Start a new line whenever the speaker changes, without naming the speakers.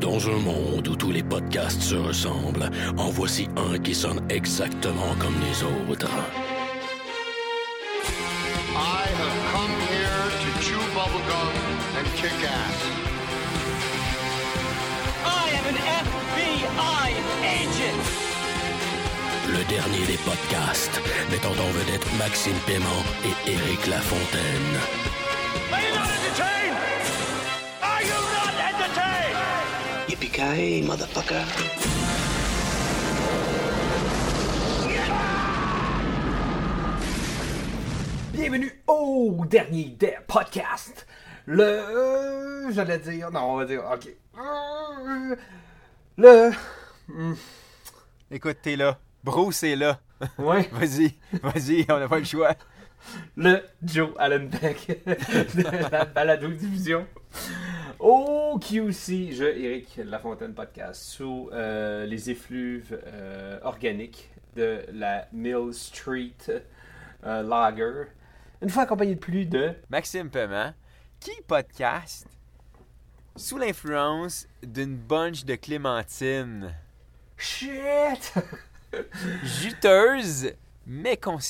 Dans un monde où tous les podcasts se ressemblent, en voici un qui sonne exactement comme les autres.
I have come here to chew bubblegum and kick ass.
I am an FBI agent.
Le dernier des podcasts, mettant en vedette Maxime Paiement et Éric Lafontaine.
Are you not entertained? Are you not entertained?
Yippee-ki-yay, motherfucker.
Bienvenue au dernier des podcasts. Le. euh, J'allais dire. Non, on va dire. Ok. Euh, Le.
Écoute, t'es là. Bruce est là.
Ouais.
Vas-y, vas-y, on n'a pas le choix.
Le Joe Allenbeck de la balado division. Au QC, je, Eric Lafontaine Podcast, sous euh, les effluves euh, organiques de la Mill Street euh, Lager. Une fois accompagné de plus de.
Maxime Paiement, qui podcast sous l'influence d'une bunch de clémentines
Shit!
juteuses mais